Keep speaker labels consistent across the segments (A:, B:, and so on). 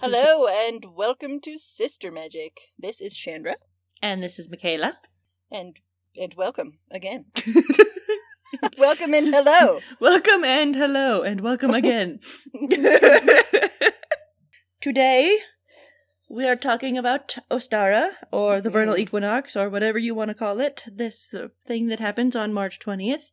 A: Hello and welcome to Sister Magic. This is Chandra
B: And this is Michaela.
A: and and welcome again. welcome and hello.
B: welcome and hello and welcome again. Today we are talking about Ostara or the vernal
A: Mhm.
B: equinox or whatever you want to call it. This uh, thing that happens on March 20th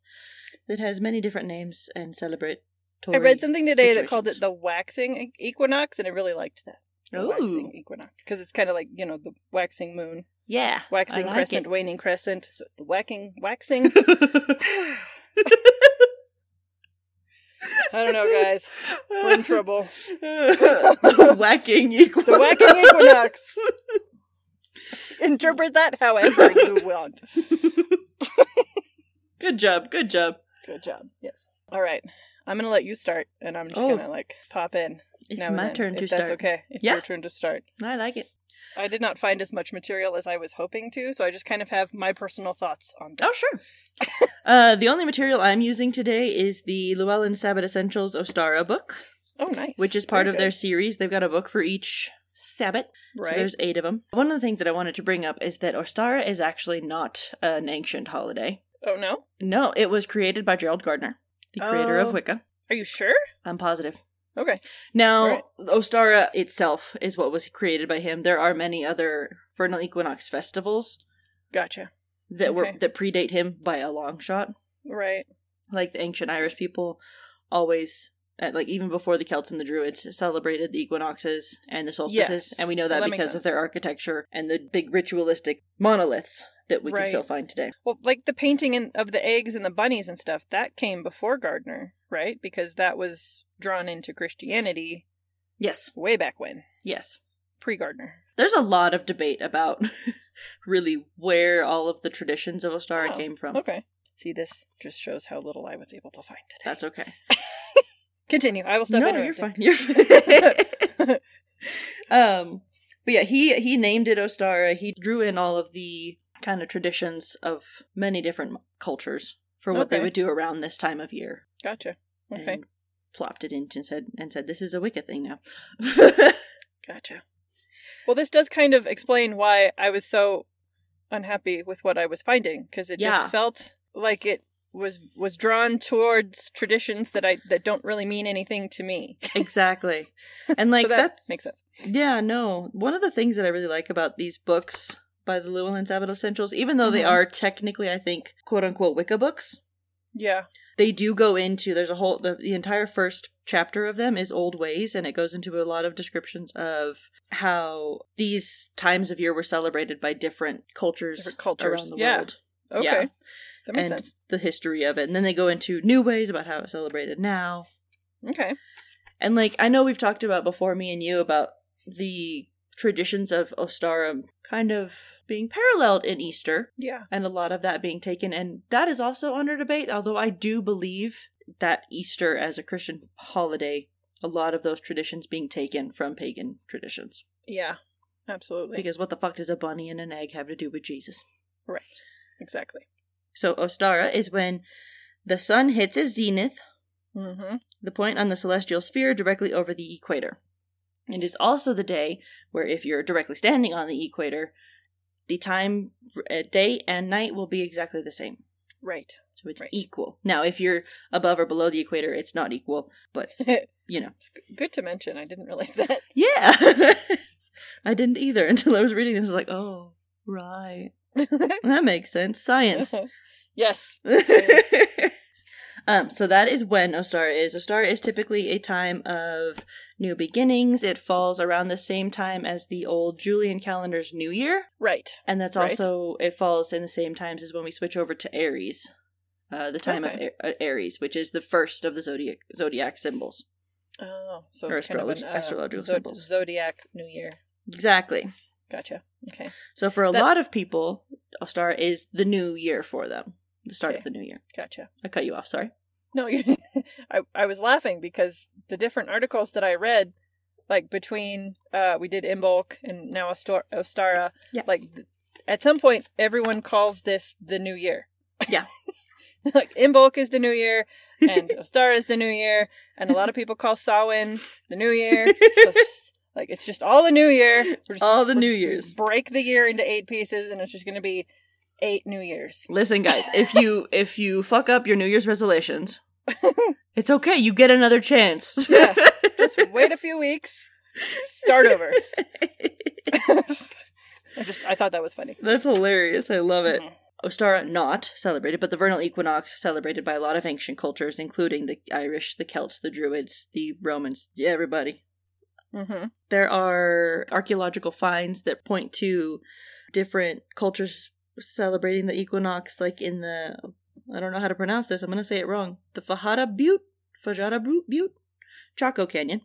B: that has many different names and celebrate.
A: I read something today that called it the waxing e- equinox and I really liked that. The waxing
B: Ooh.
A: equinox because it's kind of like, you know, the waxing moon,
B: yeah,
A: waxing
B: I like
A: crescent,
B: it.
A: waning crescent, so the whacking waxing. I don't know, guys. We're in trouble.
B: The whacking equinox.
A: The whacking equinox. Interpret that however you want.
B: Good job. Good job.
A: Good job. Yes. All right. I'm gonna let you start, and I'm just
B: Oh.
A: gonna like pop in.
B: It's
A: now and
B: my
A: then,
B: turn
A: if
B: to
A: that's
B: start.
A: okay. It's
B: Yeah.
A: your turn to start.
B: I like it.
A: I did not find as much material as I was hoping to, so I just kind of have my personal thoughts on this.
B: Oh, sure. uh, the only material I'm using today is the Llewellyn Sabbath Essentials Ostara book,
A: Oh, nice.
B: which is
A: Very
B: part of their
A: good.
B: series. They've got a book for each Sabbath. So
A: right.
B: there's eight of them. One of the things that I wanted to bring up is that Ostara is actually not an ancient holiday.
A: oh no,
B: No, it was created by Gerald Gardner, the creator
A: Oh.
B: of Wicca.
A: are you sure?
B: I'm positive.
A: Okay.
B: Now,
A: Right.
B: Ostara itself is what was created by him. There are many other vernal equinox festivals
A: Gotcha.
B: that were
A: Okay.
B: that predate him by a long shot.
A: Right.
B: Like the ancient Irish people always uh, like even before the Celts and the Druids celebrated the equinoxes and the solstices,
A: Yes.
B: and we know that,
A: Well, that makes
B: because of their
A: sense.
B: architecture and the big ritualistic monoliths that we
A: Right.
B: can still find today.
A: Well, like the painting in, of the eggs and the bunnies and stuff that came before Gardner, right? Because that was drawn into Christianity
B: Yes,
A: way back when,
B: yes.
A: pre-Gardner.
B: There's a lot of debate about really where all of the traditions of Ostara
A: Oh,
B: came from.
A: Okay. See, this just shows how little I was able to find today.
B: That's okay.
A: Continue. I will stop
B: no, you're fine.
A: interrupting.
B: You're fine. um, but yeah, he he named it Ostara. He drew in all of the kind of traditions of many different cultures for what they
A: Okay.
B: would do around this time of year,
A: Gotcha. Okay.
B: and plopped it into and said and said this is a Wicca thing now.
A: Gotcha. Well, this does kind of explain why I was so unhappy with what I was finding because it
B: Yeah.
A: just felt like it was was drawn towards traditions that I that don't really mean anything to me.
B: exactly, and like
A: so that
B: that's
A: makes sense.
B: Yeah, no. One of the things that I really like about these books by the Llewellyn Sabbath Essentials, even though they
A: Mhm.
B: are technically, I think, quote unquote Wicca books,
A: Yeah.
B: they do go into there's a whole the, the entire first chapter of them is old ways and it goes into a lot of descriptions of how these times of year were celebrated by different cultures,
A: Different cultures,
B: around the
A: yeah.
B: world
A: Okay.
B: Yeah.
A: That makes
B: and
A: sense.
B: the history of it and then they go into new ways about how it's celebrated now
A: Okay.
B: and like I know we've talked about before, me and you, about the traditions of Ostara kind of being paralleled in Easter,
A: Yeah.
B: and a lot of that being taken, and that is also under debate. Although I do believe that Easter as a Christian holiday, a lot of those traditions being taken from pagan traditions.
A: Yeah. Absolutely.
B: Because what the fuck does a bunny and an egg have to do with Jesus?
A: exactly.
B: So Ostara is when the sun hits its zenith
A: Mm-hmm.
B: the point on the celestial sphere directly over the equator. It is also the day where, if you're directly standing on the equator, the time, uh, day and night will be exactly the same.
A: Right.
B: So it's
A: Right.
B: equal. Now, if you're above or below the equator, it's not equal, but
A: it's
B: you know.
A: g- good to mention. I didn't realize that.
B: Yeah! I didn't either until I was reading this. I was like, oh, right. That makes sense. Science.
A: yes.
B: um, so that is when Ostara is. Ostara is typically a time of new beginnings. It falls around the same time as the old Julian calendar's New Year,
A: Right.
B: and that's
A: Right.
B: also it falls in the same times as when we switch over to Aries, uh, the time
A: Okay.
B: of A- uh, Aries, which is the first of the zodiac zodiac symbols.
A: Oh, so
B: Or
A: it's kind of
B: astrolog-
A: an,
B: astrological
A: zo-
B: symbols.
A: Zodiac New Year.
B: Exactly.
A: Gotcha. Okay.
B: So for a
A: That-
B: lot of people, Ostara is the new year for them, the start of
A: Okay.
B: the new year.
A: Gotcha.
B: I cut you off. Sorry.
A: No, you, I I was laughing because the different articles that I read, like between uh we did in bulk and now Astor- Ostara,
B: Yeah.
A: like th- at some point everyone calls this the new year.
B: Yeah.
A: like in bulk is the new year and Ostara is the new year and a lot of people call Samhain the new year. So s- Like it's just all the new year. We're just-
B: All the
A: we're
B: New
A: just- we
B: Year's.
A: Break the year into eight pieces, and it's just going to be eight New Years.
B: Listen, guys, if you if you fuck up your New Year's resolutions, it's okay. You get another chance.
A: Yeah. Just wait a few weeks. Start over. I just I thought that was funny.
B: That's hilarious. I love it.
A: Mhm.
B: Ostara not celebrated, but the vernal equinox celebrated by a lot of ancient cultures, including the Irish, the Celts, the Druids, the Romans, yeah, everybody.
A: Mm-hmm.
B: There are archaeological finds that point to different cultures celebrating the equinox, like in the I don't know how to pronounce this. I'm going to say it wrong. The Fajada Butte, Fajada Bu- Butte, Chaco Canyon.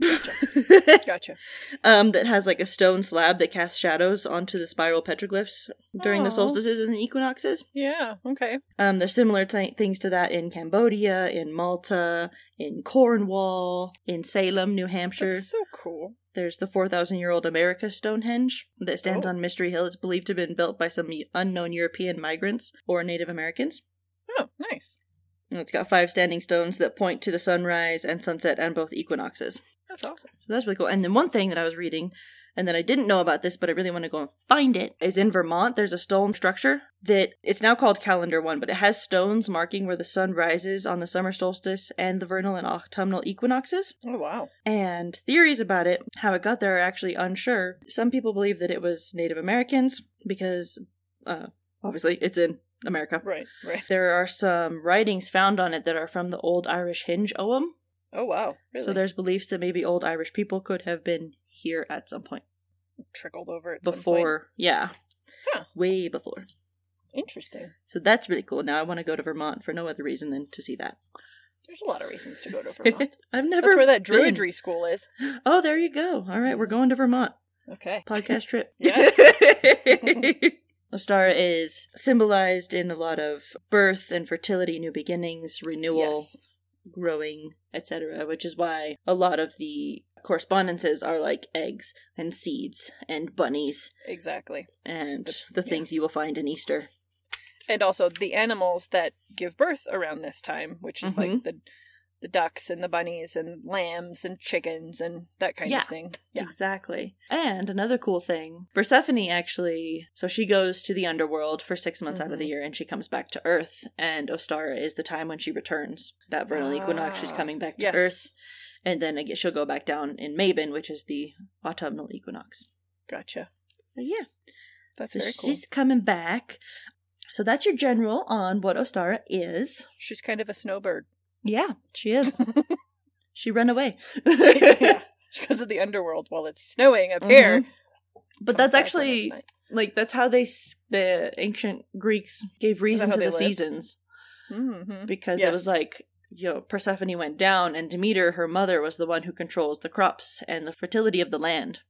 A: Gotcha.
B: um, that has like a stone slab that casts shadows onto the spiral petroglyphs during the
A: Aw.
B: solstices and the equinoxes.
A: Yeah. Okay.
B: Um, there's similar ti things to that in Cambodia, in Malta, in Cornwall, in Salem, New Hampshire.
A: That's so cool.
B: There's the 4,000 year old America Stonehenge that stands
A: Oh.
B: on Mystery Hill. It's believed to have been built by some unknown European migrants or Native Americans.
A: Oh, nice.
B: And it's got five standing stones that point to the sunrise and sunset and both equinoxes.
A: That's awesome.
B: So that's really cool. And then one thing that I was reading, and that I didn't know about this, but I really want to go and find it, is in Vermont. There's a stone structure that it's now called Calendar One, but it has stones marking where the sun rises on the summer solstice and the vernal and autumnal equinoxes.
A: Oh wow.
B: And theories about it, how it got there, are actually unsure. Some people believe that it was Native Americans because, uh, obviously, it's in America.
A: Right. Right.
B: There are some writings found on it that are from the old Irish hinge oem,
A: Oh wow. Really?
B: so there's beliefs that maybe old Irish people could have been here at some point
A: trickled over at some point.
B: before. Yeah.
A: Huh.
B: Way before.
A: Interesting.
B: So that's really cool. Now I want to go to Vermont for no other reason than to see that.
A: There's a lot of reasons to go to Vermont.
B: I've never
A: That's where that
B: been.
A: druidry school is.
B: Oh, there you go. All right, we're going to Vermont.
A: Okay.
B: Podcast trip.
A: Yeah.
B: Ostara is symbolized in a lot of birth and fertility, new beginnings, renewal,
A: Yes.
B: growing, etc., which is why a lot of the correspondences are like eggs and seeds and bunnies
A: Exactly.
B: and
A: But-
B: the
A: yeah.
B: things you will find in Easter.
A: And also the animals that give birth around this time, which is like
B: Mhm.
A: the the ducks and the bunnies and lambs and chickens and that kind
B: Yeah.
A: of thing. Yeah.
B: Exactly. And another cool thing Persephone actually, so she goes to the underworld for six months out of
A: Mm-hmm.
B: the year and she comes back to Earth. And Ostara is the time when she returns. That vernal equinox, she's
A: Ah,
B: coming back to
A: yes.
B: Earth. And then again, she'll go back down in Mabon, which is the autumnal equinox.
A: Gotcha.
B: So, yeah,
A: That's
B: so
A: very cool.
B: she's coming back. So that's your general on what Ostara is.
A: She's kind of a snowbird.
B: Yeah, she is. she ran away.
A: yeah. She goes to the underworld while it's snowing up here.
B: Mm-hmm. But
A: Comes
B: that's
A: back when
B: actually
A: it's night.
B: like that's how they s- the ancient greeks gave reason
A: how
B: to the
A: they lived?
B: seasons
A: Mhm.
B: because it was
A: Yes.
B: like you know persephone went down and demeter her mother was the one who controls the crops and the fertility of the land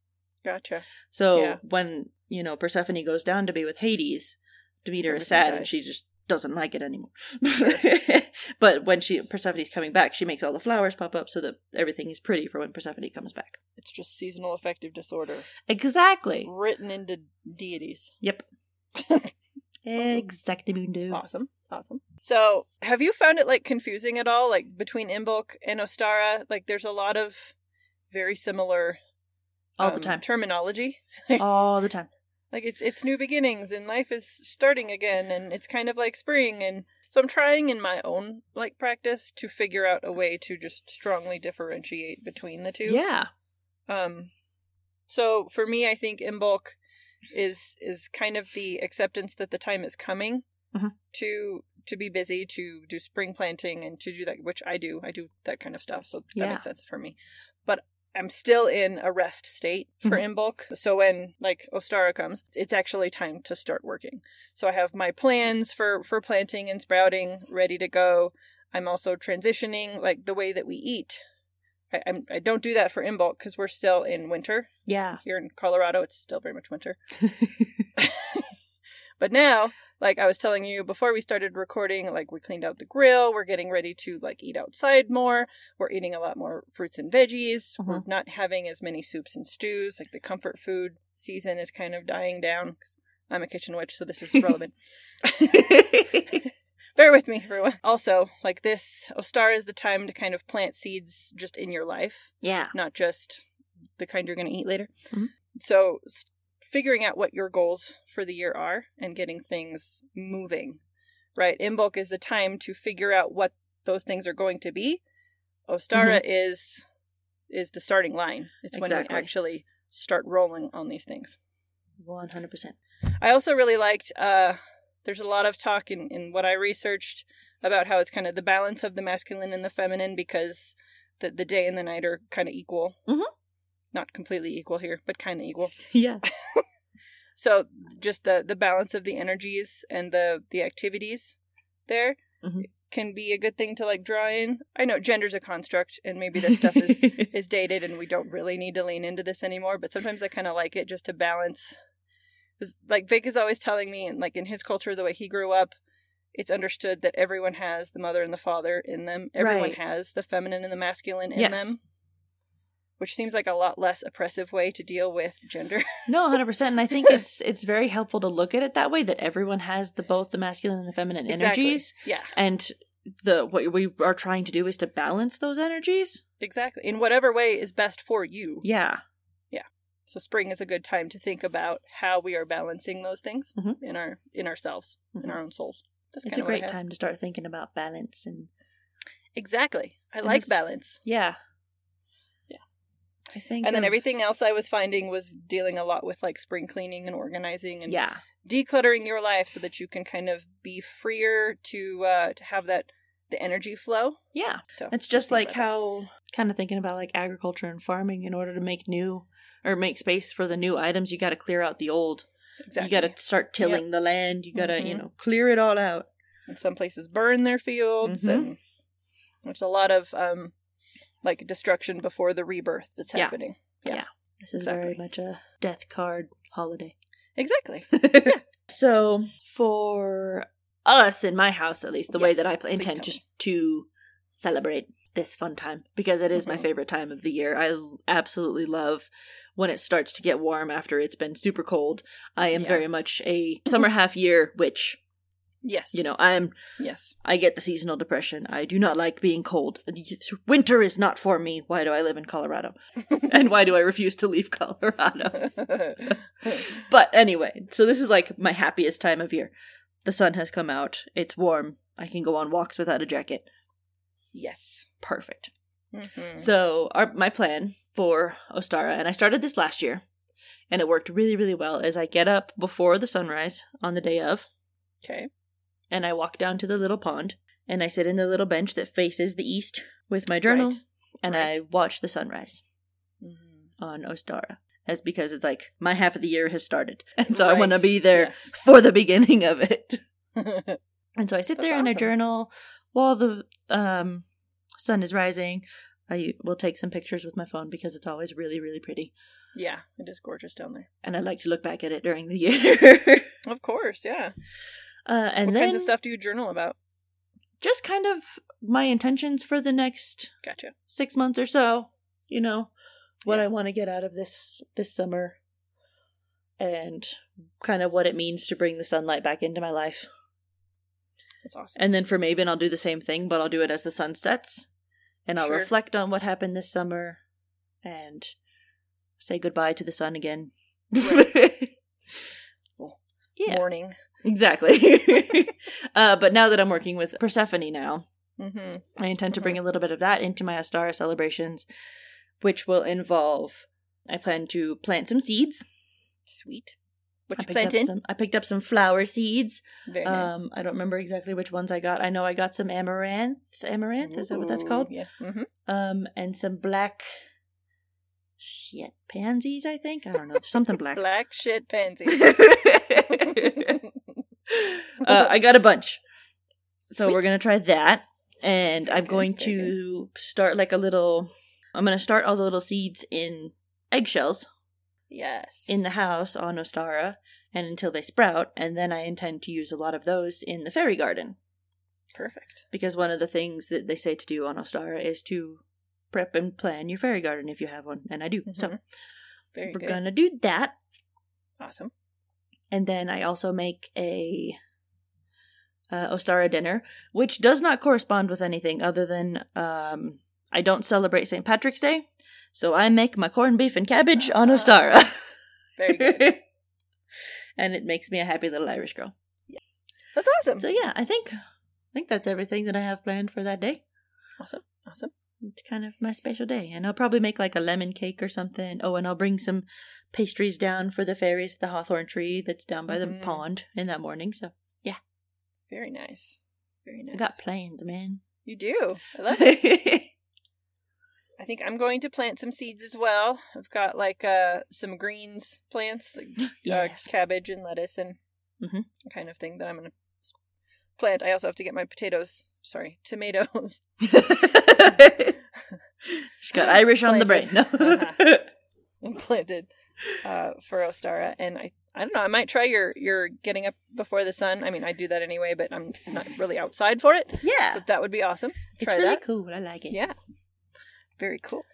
A: Gotcha.
B: so
A: Yeah.
B: when you know persephone goes down to be with hades demeter is
A: Everything
B: sad and
A: dies.
B: she just doesn't like it anymore but when she persephone's coming back she makes all the flowers pop up so that everything is pretty for when persephone comes back
A: It's just seasonal affective disorder
B: exactly
A: written into deities.
B: yep exactly
A: Awesome. Awesome. So, have you found it like confusing at all like between Imbolc and Ostara? Like there's a lot of very similar
B: all the
A: um,
B: time
A: terminology.
B: all the time
A: Like it's it's new beginnings and life is starting again and it's kind of like spring and so I'm trying in my own like practice to figure out a way to just strongly differentiate between the two.
B: yeah
A: Um, so for me, I think in bulk is is kind of the acceptance that the time is coming
B: Mhm.
A: to to be busy, to do spring planting, and to do that, which I do. I do that kind of stuff, so that
B: Yeah.
A: makes sense for me. But I'm still in a rest state for
B: Mhm.
A: in bulk. So when like Ostara comes, it's actually time to start working. So I have my plans for for planting and sprouting ready to go. I'm also transitioning like the way that we eat. I, I'm, I don't do that for in bulk because we're still in winter
B: Yeah.
A: here in Colorado. It's still very much winter. But now, like I was telling you before we started recording, like we cleaned out the grill. We're getting ready to like eat outside more. We're eating a lot more fruits and veggies. We're not having as many soups and stews. Like the comfort food season is kind of dying down. 'cause I'm a kitchen witch, so this is relevant. Bear with me, everyone. Also, like oh, this, Ostar is the time to kind of plant seeds just in your life,
B: yeah.
A: not just the kind you're going to eat later.
B: Mhm.
A: So, s- figuring out what your goals for the year are and getting things moving, right? In bulk is the time to figure out what those things are going to be. Ostara is is the starting line. It's when
B: Mm-hmm. Exactly.
A: we actually start rolling on these things.
B: One hundred percent.
A: I also really liked. Uh, there's a lot of talk in, in what I researched about how it's kind of the balance of the masculine and the feminine because the the day and the night are kind of equal.
B: Mhm.
A: Not completely equal here, but kind of equal.
B: Yeah.
A: So just the the balance of the energies and the the activities there
B: Mhm.
A: can be a good thing to like draw in. I know gender's a construct, and maybe this stuff is is dated and we don't really need to lean into this anymore but sometimes i kind of like it just to balance 'Cause, like vic is always telling me and like in his culture the way he grew up it's understood that everyone has the mother and the father in them everyone
B: Right.
A: has the feminine and the masculine in
B: Yes.
A: them which seems like a lot less oppressive way to deal with gender
B: No, hundred percent. And I think it's it's very helpful to look at it that way. That everyone has the both the masculine and the feminine
A: Exactly.
B: energies,
A: yeah
B: and the what we are trying to do is to balance those energies.
A: exactly in whatever way is best for you
B: Yeah.
A: so spring is a good time to think about how we are balancing those things
B: Mhm.
A: in our in ourselves in
B: Mhm.
A: our own souls that's
B: It's
A: kinda
B: a
A: what I
B: great
A: have.
B: time to start thinking about balance and
A: Exactly. I
B: and
A: like
B: this-
A: balance.
B: Yeah.
A: Yeah.
B: I think
A: And then
B: of-
A: everything else I was finding was dealing a lot with like spring cleaning and organizing and
B: Yeah.
A: decluttering your life so that you can kind of be freer to uh to have that the energy flow.
B: Yeah.
A: So
B: It's just
A: think
B: like
A: about that.
B: how kind of thinking about like agriculture and farming in order to make new or make space for the new items, you got to clear out the old.
A: exactly.
B: You got to start tilling the land. You got to, you
A: Mhm.
B: know, clear it all out.
A: and some places burn their fields
B: Mhm.
A: and there's a lot of um like destruction before the rebirth that's
B: Yeah.
A: happening.
B: This is very
A: Exactly.
B: much a death card holiday.
A: Exactly.
B: So for us in my house, at least the way
A: Yes,
B: that I pl-
A: please
B: intend
A: tell
B: to
A: me.
B: to celebrate this fun time because it is my
A: Mhm.
B: favorite time of the year. I l- absolutely love when it starts to get warm after it's been super cold. I am
A: Yeah.
B: very much a summer half year witch.
A: Yes.
B: You know, I'm
A: Yes.
B: I get the seasonal depression. I do not like being cold. Winter is not for me. Why do I live in Colorado? and why do I refuse to leave Colorado? But anyway, so this is like my happiest time of year. The sun has come out. It's warm. I can go on walks without a jacket.
A: yes.
B: Perfect.
A: Mhm.
B: So, our, my plan for Ostara, and I started this last year, and it worked really, really well, is I get up before the sunrise on the day of,
A: Okay.
B: and I walk down to the little pond, and I sit in the little bench that faces the east with my journal,
A: Right.
B: and I
A: Right.
B: watch the sunrise
A: Mhm.
B: on Ostara. That's because it's like my half of the year has started, and so I
A: Right.
B: want to be there
A: Yes.
B: for the beginning of it. And so I sit
A: That's
B: there and I
A: awesome.
B: journal while the um, sun is rising. I will take some pictures with my phone because it's always really, really pretty.
A: Yeah, it is gorgeous down there.
B: And I like to look back at it during the year.
A: Of course, yeah.
B: uh, and
A: what
B: then
A: kinds of stuff do you journal about?
B: just kind of my intentions for the next
A: Gotcha.
B: six months or so. You know, what
A: Yeah.
B: I want to get out of this this summer and kind of what it means to bring the sunlight back into my life.
A: That's awesome.
B: And then for Mabin, I'll do the same thing, but I'll do it as the sun sets. And I'll
A: Sure.
B: reflect on what happened this summer and say goodbye to the sun again. yeah,
A: Morning.
B: exactly. uh, but now that I'm working with Persephone now,
A: Mm-hmm.
B: I intend to bring a little bit of that into my Astara celebrations, which will involve I plan to plant some seeds.
A: Sweet.
B: I
A: What you
B: picked up
A: planting?
B: some I picked up some flower seeds.
A: Very nice.
B: Um I don't remember exactly which ones I got. I know I got some amaranth. Amaranth, is that what that's
A: Ooh,
B: called?
A: Yeah. Mm-hmm.
B: um, and some black shit pansies. I think I don't know something black.
A: Black shit pansy.
B: uh, I got a bunch, so we're
A: Sweet.
B: gonna try that, and
A: Very
B: I'm
A: good,
B: going
A: very good.
B: to start like a little. I'm gonna start all the little seeds in eggshells
A: yes.
B: in the house on Ostara, and until they sprout, and then I intend to use a lot of those in the fairy garden
A: Perfect.
B: because one of the things that they say to do on Ostara is to prep and plan your fairy garden if you have one, and I do. So
A: Mhm. Very
B: we're
A: good.
B: gonna do that
A: Awesome.
B: and then i also make a uh, ostara dinner which does not correspond with anything other than um i don't celebrate st patrick's day So I make my corned beef and cabbage on Ostara.
A: Ah, Very good.
B: and it makes me a happy little Irish girl.
A: That's awesome.
B: So yeah, I think I think that's everything that I have planned for that day.
A: Awesome. Awesome.
B: It's kind of my special day, and I'll probably make like a lemon cake or something. Oh, and I'll bring some pastries down for the fairies at the hawthorn tree that's down by
A: Mhm.
B: the pond in that morning. So
A: Very nice. Very nice.
B: I got plans, man.
A: you do. I love it.
B: oh,
A: I think I'm going to plant some seeds as well. I've got like uh some greens plants, like
B: Yes.
A: uh, cabbage and lettuce and
B: Mhm.
A: kind of thing that I'm going to plant. I also have to get my potatoes. Sorry, tomatoes.
B: She's got Irish on the brain.
A: Planted. Uh-huh.
B: No.
A: planted uh, for Ostara, and I I don't know. I might try your your getting up before the sun. I mean, I do that anyway, but I'm not really outside for it,
B: yeah,
A: so that would be awesome.
B: it's
A: Try
B: really
A: that.
B: cool. I like it.
A: Yeah, very cool.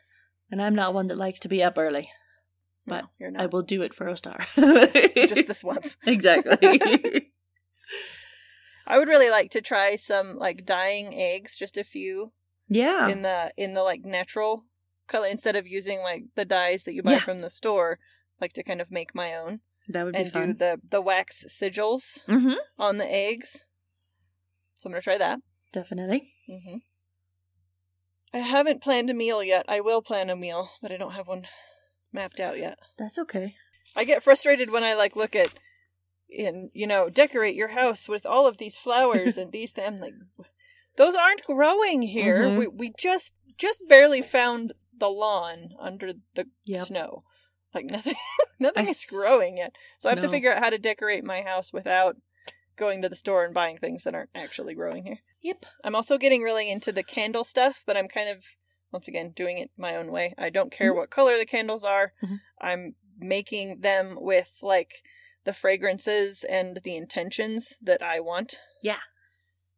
B: And I'm not one that likes to be up early. But
A: No, you're
B: I
A: not
B: will do it for Ostar.
A: just this once.
B: exactly.
A: I would really like to try some like dyeing eggs, just a few
B: yeah.
A: in the in the like natural color instead of using like the dyes that you buy
B: Yeah.
A: from the store. Like to kind of make my own
B: that would be
A: and do
B: fun.
A: the the wax sigils
B: mm-hmm.
A: on the eggs. So I'm gonna try that.
B: Definitely.
A: Mm-hmm. I haven't planned a meal yet. I will plan a meal, but I don't have one mapped out yet.
B: That's okay.
A: I get frustrated when I like look at and you know decorate your house with all of these flowers and these. Th- I'm like, those aren't growing here.
B: Mhm.
A: We we just just barely found the lawn under the
B: Yep.
A: snow. Like nothing, nothing
B: I
A: is
B: s-
A: growing yet. So I have to
B: No.
A: figure out how to decorate my house without going to the store and buying things that aren't actually growing here.
B: Yep.
A: I'm also getting really into the candle stuff, but I'm kind of once again doing it my own way. I don't care
B: Mhm.
A: what color the candles are.
B: Mhm.
A: I'm making them with like the fragrances and the intentions that I want.
B: Yeah.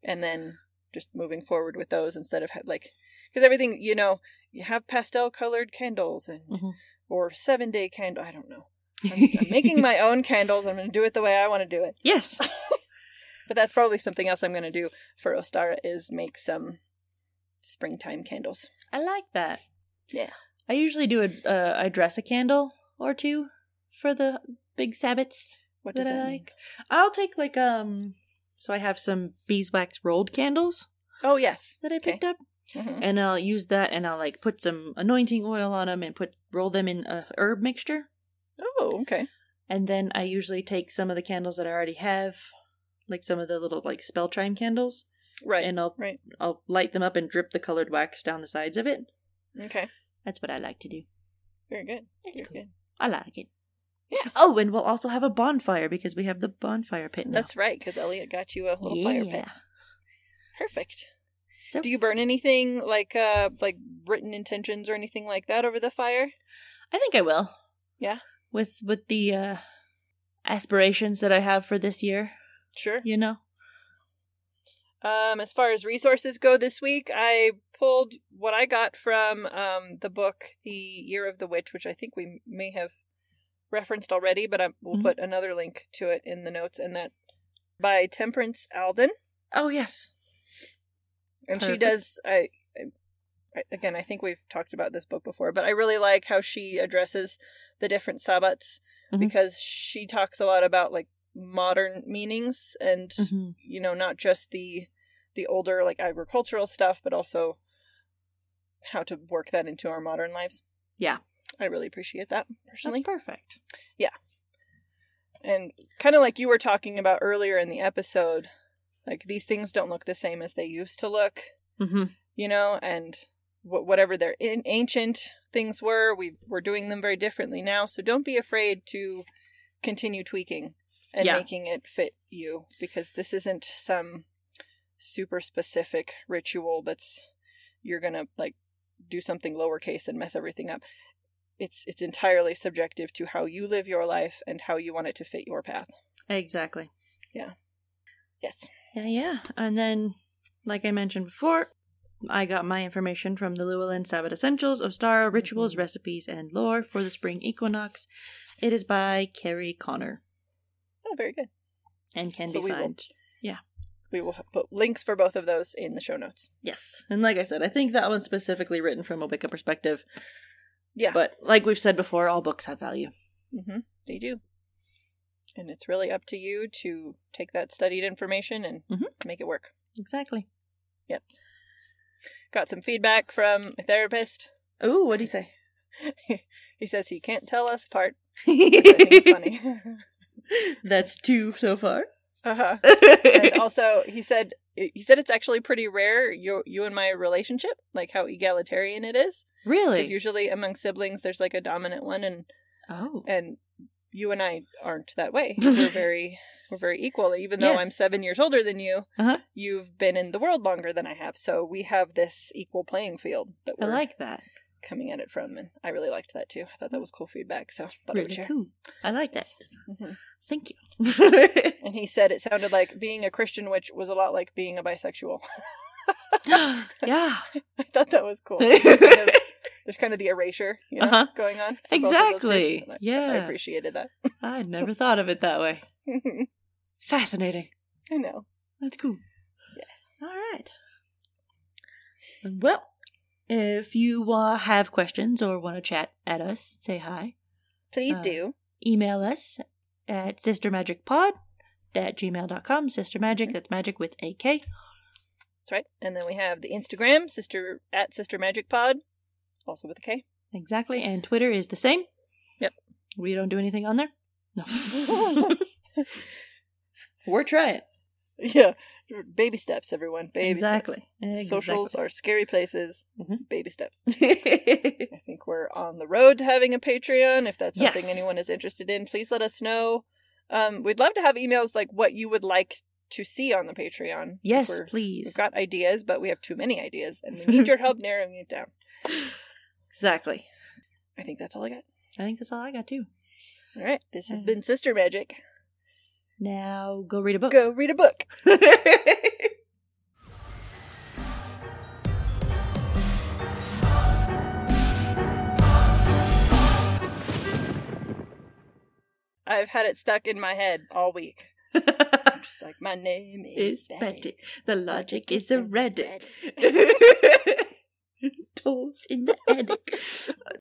A: And then just moving forward with those instead of ha- like because everything, you know, you have pastel colored candles and
B: Mhm.
A: or 7-day candle, I don't know. I'm, I'm making my own candles. I'm going to do it the way I want to do it.
B: yes.
A: But that's probably something else I'm going to do for Ostara is make some springtime candles.
B: I like that.
A: Yeah.
B: I usually do a uh, I dress a candle or two for the big Sabbats
A: What does
B: that I
A: that
B: like.
A: mean?
B: I'll take like um. So I have some beeswax rolled candles
A: Oh yes.
B: that I
A: Okay.
B: picked up,
A: Mhm.
B: and I'll use that, and I'll like put some anointing oil on them, and put roll them in a herb mixture,
A: Oh okay.
B: and then I usually take some of the candles that I already have, like some of the little like spell chime candles,
A: Right.
B: and I'll
A: right.
B: I'll light them up and drip the colored wax down the sides of it.
A: Okay.
B: That's what I like to do.
A: Very good.
B: It's
A: Very
B: cool.
A: good.
B: I like it.
A: Yeah.
B: Oh, and we'll also have a bonfire because we have the bonfire pit. Now.
A: That's right, because Elliot got you a little fire pit. Perfect.
B: So-
A: Do you burn anything like uh like written intentions or anything like that over the fire?
B: I think I will.
A: Yeah.
B: With with the uh aspirations that I have for this year,
A: Sure.
B: you know.
A: Um, as far as resources go this week, I pulled what I got from um, the book The Year of the Witch, which I think we may have referenced already, but I, we'll
B: Mhm.
A: put another link to it in the notes, and that by Temperance Alden,
B: Oh yes.
A: and she
B: Perfect.
A: does. I, I again, I think we've talked about this book before, but I really like how she addresses the different sabbats
B: Mhm.
A: because she talks a lot about like modern meanings and
B: Mhm.
A: you know not just the the older like agricultural stuff but also how to work that into our modern lives
B: Yeah.
A: i really appreciate that
B: That's
A: personally
B: perfect.
A: and kind of like you were talking about earlier in the episode like these things don't look the same as they used to look
B: Mm-hmm.
A: you know and wh- whatever their in- ancient things were we we're doing them very differently now so don't be afraid to continue tweaking and
B: Yeah.
A: making it fit you because this isn't some super specific ritual that's you're going to like do something lowercase and mess everything up it's it's entirely subjective to how you live your life and how you want it to fit your path
B: Exactly.
A: yes
B: Yeah, yeah. And then, like I mentioned before, I got my information from the Llewellyn Sabbath Essentials of Star Rituals,
A: Mhm.
B: Recipes, and Lore for the Spring Equinox. It is by Carrie Connor
A: oh very good
B: and can
A: So
B: be
A: we will-
B: found.
A: we will put links for both of those in the show notes
B: Yes. And like I said, I think that one's specifically written from a Wicca perspective.
A: Yeah.
B: But like we've said before, all books have value.
A: hmm They do. And it's really up to you to take that studied information and
B: Mhm.
A: make it work.
B: Exactly.
A: Got some feedback from a therapist.
B: Ooh, what do you say?
A: He says he can't tell us apart. I think it's
B: That's
A: funny.
B: two so far.
A: uh-huh. And also, he said he said it's actually pretty rare you you and my relationship, like how egalitarian it is. Because
B: really?
A: usually among siblings, there's like a dominant one, and
B: Oh.
A: and you and I aren't that way. We're very we're very equal. Even though
B: Yeah.
A: I'm seven years older than you,
B: Uh-huh.
A: you've been in the world longer than I have, so we have this equal playing field that
B: I
A: we're
B: like that.
A: coming at it from, and I really liked that too. I thought that was cool feedback, so thought I would
B: Really
A: share.
B: cool. I like that.
A: Mhm.
B: Thank you.
A: And he said it sounded like being a Christian, which was a lot like being a bisexual.
B: yeah.
A: I thought that was cool. There's kind of, there's kind of the erasure, you know,
B: Uh-huh.
A: going on. for both of those groups,
B: Exactly.
A: and I- I
B: Yeah.
A: appreciated that.
B: I had never thought of it that way.
A: I
B: Fascinating.
A: know.
B: That's cool. Yeah. All right. Well, if you uh, have questions or want to chat at us, say hi.
A: Please
B: Uh,
A: do.
B: Email us at sistermagicpod at gmail.com. Sister Magic, that's magic with a K.
A: That's right. And then we have the Instagram, sister at Sister Magic Pod, also with a K.
B: Exactly. And Twitter is the same.
A: Yep.
B: We don't do anything on there. No. We're trying.
A: Yeah. Baby steps, everyone. Baby
B: Exactly.
A: steps. Socials are scary places.
B: Mhm.
A: Baby steps.
B: Exactly.
A: I think we're on the road to having a Patreon. If that's something
B: Yes.
A: anyone is interested in, please let us know. Um, we'd love to have emails like what you would like to see on the Patreon. 'cause
B: yes,
A: we're-
B: please.
A: We've got ideas, but we have too many ideas, and we need your help narrowing it down.
B: exactly.
A: I think that's all I got.
B: I think that's all I got too.
A: All right. This has
B: Mm.
A: been Sister Magic.
B: Now go read a book.
A: Go read a book. I've had it stuck in my head all week. I'm just like, my name is
B: It's
A: Betty.
B: Betty. The logic is
A: It's a
B: erratic.
A: Betty.
B: Tools in the attic.